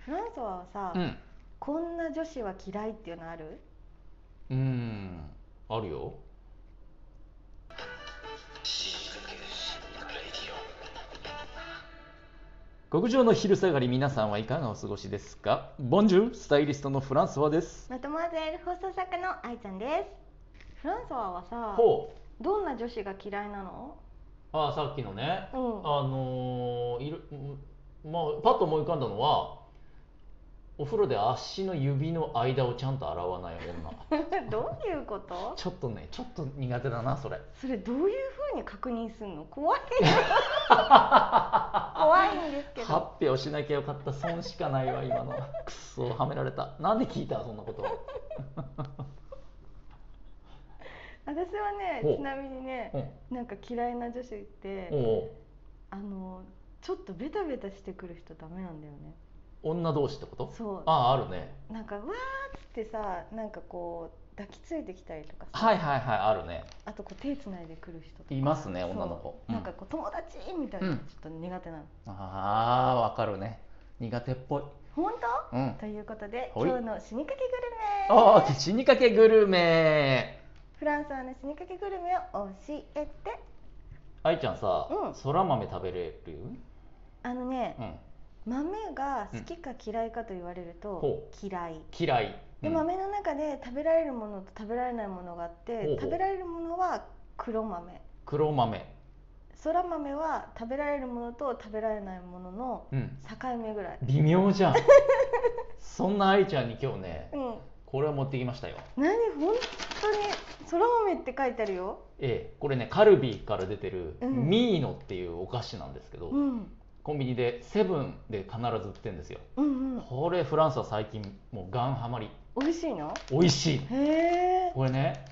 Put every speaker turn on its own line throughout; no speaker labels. フランソワはさ、
うん
こんな女子は嫌いっていうのある
うーんあるよ極上の昼下がり皆さんはいかがお過ごしですかボンジュールスタイリストのフランスワです
まとまぜ放送作家の愛ちゃんですフランソワはさ
ほう
どんな女子が嫌いな の
あーさっきのね
う
あ
ん
のーいるんまあパッと思い浮かんだのはお風呂で足の指の間をちゃんと洗わない女
どういうこと
ちょっとねちょっと苦手だなそれ
それどういう風に確認すんの怖いよ怖いんですけ
発
ど
表しなきゃよかった損しかないわ 今のくっそはめられたなんで聞いたそんなこと
私はね
ほう
ちなみにね
うん
なんか嫌いな女子って
おう
あのちょっとベタベタしてくる人ダメなんだよね
女同士ってこと
そう
あああるね
なんかわーっつってさなんかこう抱きついてきたりとかさ、
はいはいはいあるね
あとこう手つないでくる人とか
いますね
そう
女の子うん
なんかこう友達みたいな
うん
のちょっと苦手なの、
ああわかるね苦手っぽい
本
うん
当ということで
ほい
今日の死にかけグルメ
ああ死にかけグルメ
フランスはの死にかけグルメを教えて
愛ちゃんさ、
うん
そら豆食べれる
あのね
う、ん
豆が好きか嫌いかと言われる
ん
と
ほ、
嫌い
嫌い
で
うん
豆の中で食べられるものと食べられないものがあって、
ほうほう
食べられるものは黒豆
黒豆
そら豆は食べられるものと食べられないものの
うん
境目ぐらい
微妙じゃ んそんな愛ちゃんに今日ね
うん
これを持ってきましたよ
何本当にそら豆って書いてあるよ
ええ、これねカルビーから出てる
うん
ミーノっていうお菓子なんですけど、
うん
コンビニでセブンで必ず売ってるんですよ
うんうん
これフランスは最近もうガンハマり
美味しいの
美味しいの
へえ
これね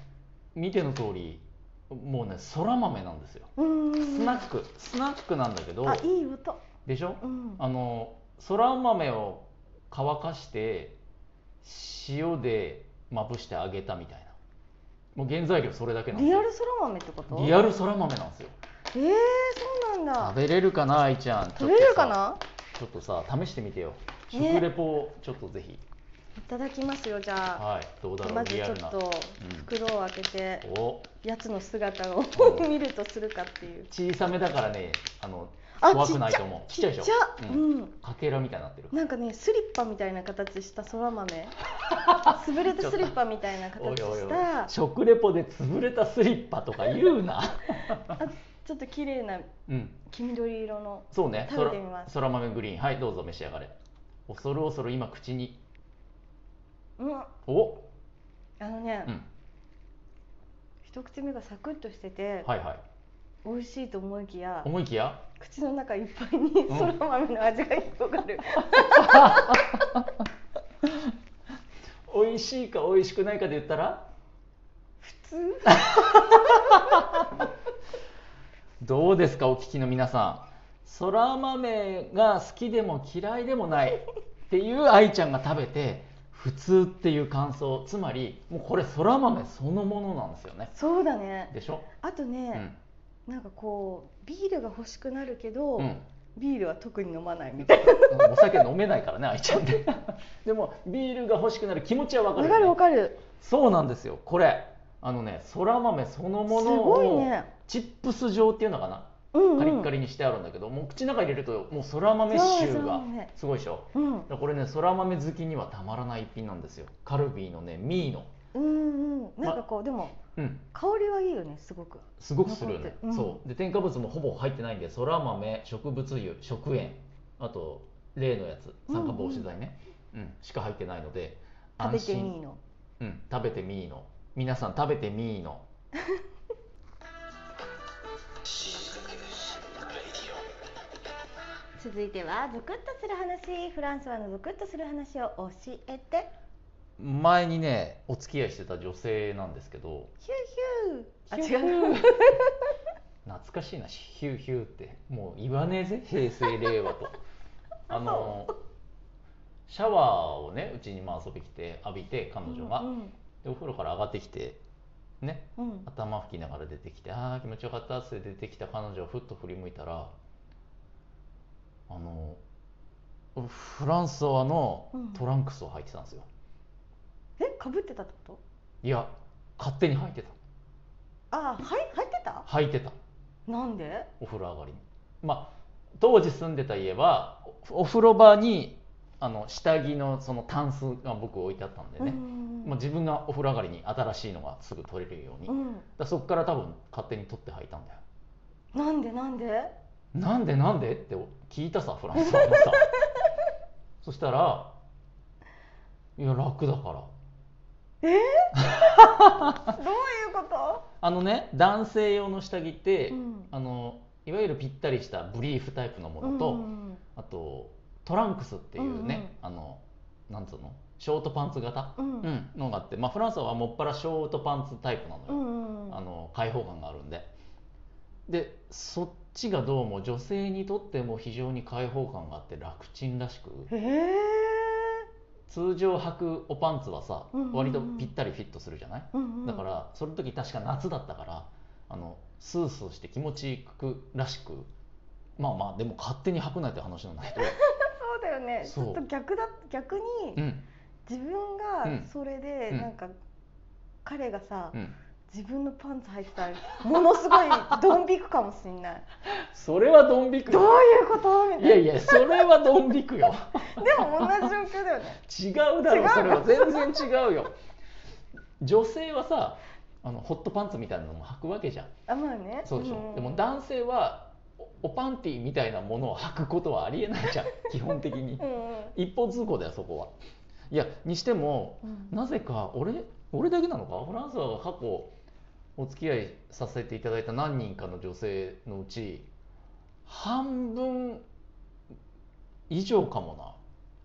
見ての通りもうねそら豆なんですよ
うんうんうん
スナックスナックなんだけど
あいい音
でしょ
うん
あのそら豆を乾かして塩でまぶして揚げたみたいなもう原材料それだけなんです
リア
よ
ルそら豆ってこと
リアルそら豆なんですよ
えー、そうなん
食
だ
べれるかな愛ちゃん
食べれるか
ちょっとさ
な
ちょっとさ試してみてよ
ね
食レポをちょっとぜひ、
いただきますよじゃあ
はいどうだろ
ま
う
ず
リ
ち
ア
ょ
ル
っ
な
と袋を開けて
お
やつの姿を
う ん
見るとするかっていう
小さめだからねあの
あ
怖
ちっ
くない
ち
と
ゃ
思う
ちっちゃ
ちっちゃいでしょ、
う
うん
ん
かけらみたいになってる
なんかねスリッパみたいな形したそら 豆潰れたスリッパみたいな形した
食レポで潰れたスリッパとか言うな
ちょっと綺麗な
うん
黄緑色の
そうね
食べてみます
そらそら豆グリーンはいどうぞ召し上がれ恐る恐る今口に
うん
お
あのね、
うん
一口目がサクッとしてて、
はいはい
美味しいと思いきや
思いきや
口の中いっぱいに
うん
そら豆の味が広がる、
美味しいか美味しくないかで言ったら
普通
どうですかお聞きの皆さんそら豆が好きでも嫌いでもないっていう愛ちゃんが食べて普通っていう感想つまりもうこれそら豆そのものなんですよね
そうだね
でしょ、
あと
う
ね
ん、
なんかこうビールが欲しくなるけど、
うん、
ビールは特に飲まないみたい
お酒飲めないからね愛 ちゃんででもビールが欲しくなる気持ちはわ
な
か
わ
る
か
よね
るわかる
そうなんですよこれあのねそら豆その
す
もの
ごい
を、
ね
チップス状っていうのかな
うんうん
カリッカリにしてあるんだけど、もう口の中入れるともうそら豆臭が
そうね
すごいでしょ
うん
だからこれねそら豆好きにはたまらない一品なんですよカルビーのねミーノ
うんうんなんかこう、でも
うん
香りはいいよねすごく
すごくするよ
残っ
ね
て、るうん
そうで添加物もほぼ入ってないんでそら豆植物油食塩あと例のやつ酸化防止剤ね、うんしか入ってないので
食べてみいの
うん、食べてみーの皆さん食べてみーの
続いてはゾクッとする話フランスはのゾクッとする話を教えて
前にねお付き合いしてた女性なんですけど
ヒューヒュー
ヒ
あ違う
懐かしいなヒューヒューってもう言わね えぜ平成令和とあのシャワーをねうちにまあ遊び来て浴びて彼女が、
うん
でお風呂から上がってきてね
うん
頭拭きながら出てきてああ気持ちよかったっつって出てきた彼女をふっと振り向いたらあのフランソワの
うん
トランクスを履いてたんですよ、
えかぶってたってこと
いや勝手に履いてた
あーはい入ってた
履いてた
なんで
お風呂上がりにまあ当時住んでた家はおお風呂場にあの下着のそのタンスが僕置いてあったんでね、
うん
もう自分がお風呂上がりに新しいのがすぐ取れるよう
う
に、だか
ん、
らそこから多分勝手に取って履いたんだよ
なんでなんで
なんでなんでって聞いたさフラン スはもさそしたらいや楽だから
どういうこ
あのね男性用の下着って、
と、うん
あのいわゆるぴったりしたブリーフタイプのものと、
うん
あとトランクスっていうね、あのなんつうのショートパンツ型、
うん
うんのがあって、まあ、フランスはもっぱらショートパンツタイプなのよ、
うんうん
あの開放感があるんででそっちがどうも女性にとっても非常に開放感があって楽ちんらしく
へえ
通常履くおパンツはさ
うんうんうん
割とぴったりフィットするじゃない
うんうん
だからその時確か夏だったからあのスースーして気持ちいくらしくまあまあでも勝手に履くなって話なんだ けど、
そうだよねち
そう
ょっと逆だ逆
う
に
ん
自分
うん
がそれで
うん
なんか、彼がさ、
うん、
自分のパンツ履いてたらものすごいドン引くかもしんない
それはドン引く
どう
よ
いうことみたいない
やいやそれはドン引くよ
でも同じ状況だよね
違うだ
違う
ろ
の
それは全然違うよ女性はさあのホットパンツみたいなのも履くわけじゃん
あまあね
そうでしょ、
ん
でも男性はおおパンティみたいなものを履くことはありえないじゃん基本的に
うんうん
一方通行だよそこはいやにしても
うん
なぜか俺俺だけなのかフランスは過去お付き合いさせていただいた何人かの女性のうち半分以上かも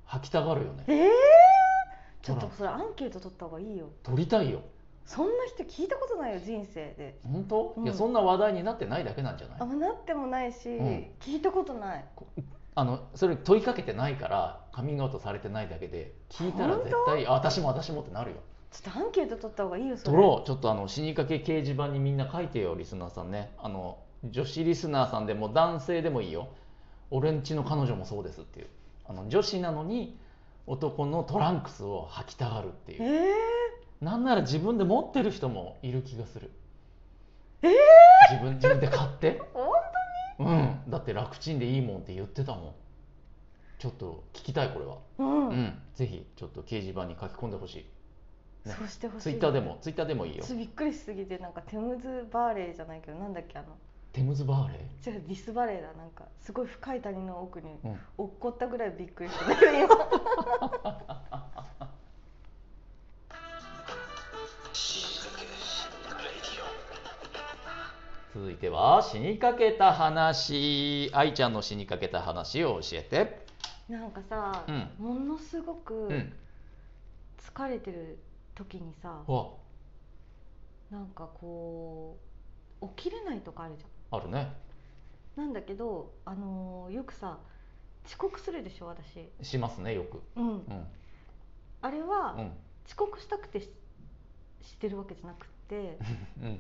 な履きたがるよね
えー、ち
ほ
ょっ
ら
とそれアンケート取った方がいいよ
取りたいよ
そんな人聞いたことないよ人生で
本当、
うん
いやそんな話題になってないだけなんじゃない
あんまなってもないし、
ん
聞いたことない
あのそれ問いかけてないからカミングアウトされてないだけで聞いたら絶対あ私も私もってなるよ
ちょっとアンケート取った方がいいよそれ
取ろうちょっとあの死にかけ掲示板にみんな書いてよリスナーさんねあの女子リスナーさんでも男性でもいいよ俺んちの彼女もそうですっていうあの女子なのに男のトランクスを履きたがるっていう
え
なんなら自分で持ってる人もいる気がする
えー
自分自分で買って
ー、お
うん、だって楽ちんでいいもんって言ってたもんちょっと聞きたいこれは、
うん、
うんぜひちょっと掲示板に書き込んでほしね
そうしてほし
い
い
ツイッターでもツイッターでもいい
ち
よ
ょっとびっくりしすぎてなんかテムズバーレーじゃないけどなんだっけあの
テムズバーレ
違うディスバレーだなんかすごい深い谷の奥に
ー、うん、
落っこったぐらいびっくり したんだけど今
続いては死にかけた話愛ちゃんの死にかけた話を教えて
なんかさ、
うん
ものすご
う
く
ん
疲れてる時にさ、
わ
なんかこう起きれないとかあるじ
あるね
ゃんなんだけどあのーよくさ遅刻するでしょ私
しますねよく
うん
うん
あれ
う
は
ん
遅刻したくてししてるわけじゃなくって
うん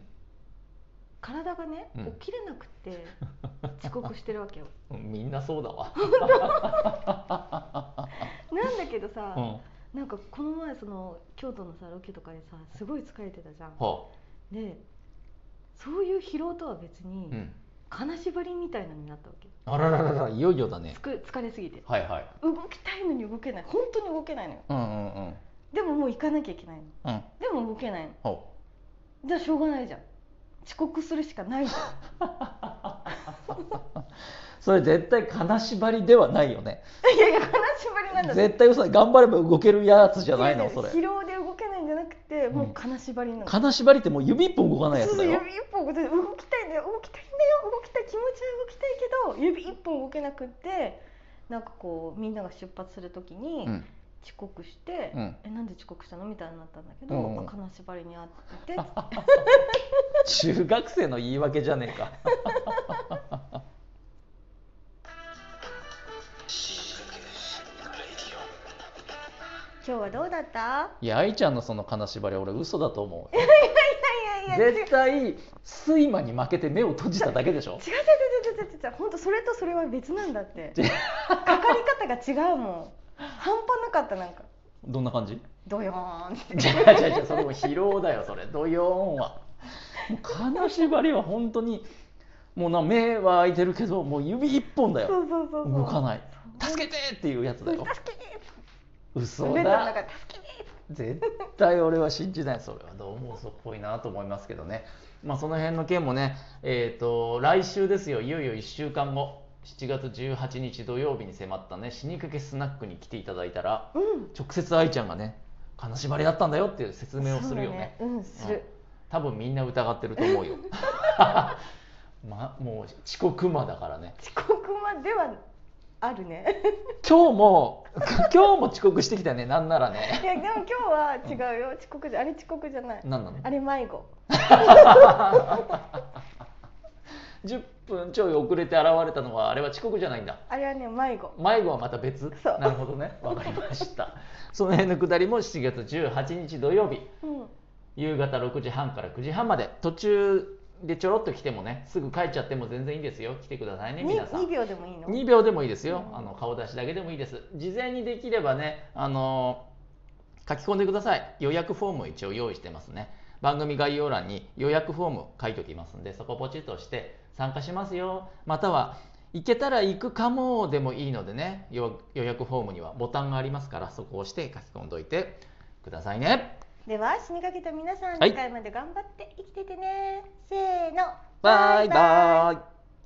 体がね、
うん
起きれなくて 遅刻してるわけよ
うんみんなそうだわ
なんだけどさ、
うんは
なんかこの前その京都のさロケとかでさすごい疲れてたじゃん
あ
でそういう疲労とは別に、
うん
金縛りみたいなのになったわけ
あららららいよいよだね
つく疲れすぎて
はいはい
動きたいのに動けない本当に動けないのよ
うんうんうん
でももう行かなきゃいけないの
うん
でも動けないの
ほ
じゃあしょうがないじゃん遅刻するしかないじゃん
うそれ絶対金縛りではないよね
いやいや金縛りなんだ
絶対嘘だ頑張れば動けるやつじゃない
違う
の
違う
それ
疲労で動けないんじゃなくてもうんう金縛りなの、
金縛りってもう指一本動かないや
そう
つ
そ
だ
う
よ
指一本動きたい動きたいんだよ動きたいんだよ動きたい気持ちは動きたいけど指一本動けなくってなんかこうみんなが出発する時に
うん
遅刻して、
うん
えなんで遅刻したのみたいになったんだけど、
うんうん
あ金縛りにあってって
中学生の言い訳じゃねえか
今日はどうだ った
いや愛ちゃんのその金縛り俺嘘だと思う
いやいやいや違う違う違う違う
絶対睡魔に負けて目を閉じただけでしょ
違う違う違う本当それとそれは別なんだってかかり方が違うもん半端なかったなんか
どんな感じ
ドヨーンって
違う違う違うそれもう疲労だよそれドヨーンはもう金縛りは本当にもうな目は開いてるけどもう指一本だよ
そうそうそうそう
動かない
そう
助けてっていうやつだよ
助けて
嘘
ベッドの
だ
中で助けて
絶対俺は信じないそれはどうも嘘っぽいなと思いますけどねまあその辺の件もねえっ、と来週ですよいよいよ1週間後7月18日土曜日に迫ったね死にかけスナックに来ていただいたら
うん
直接愛ちゃんがね金縛りだったんだよっていう説明をするよね
そうだうんす
うん
る、
多分みんな疑ってると思うよまもう遅刻魔だからね
遅刻まではあるね
今日も今日も遅刻してきたねなんならね
いやでも今日は違うよ遅刻じゃあれ遅刻じゃない
なんなの
あれ迷子
10分ちょい遅れて現れたのはあれは遅刻じゃないんだ
あれはね迷子
迷子はまた別
そう
なるほどねわかりましたその辺のくだりも7月18日土曜日
うん
夕方6時半から9時半まで途中でちょろっと来てもねすぐ帰っちゃっても全然いいですよ来てくださいね
に
皆さん
2秒でもいいの
2秒でもいいですよ、
うん
あの顔出しだけでもいいです事前にできればねあの書き込んでください予約フォームを一応用意してますね番組概要欄に予約フォーム書いておきますんでそこポチッと押して参加しますよまたは行けたら行くかもでもいいのでねよ予約フォームにはボタンがありますからそこを押して書き込んでおいてくださいね
では死にかけた皆さん
はい
次回まで頑張って生きててね、せーの
バイバイ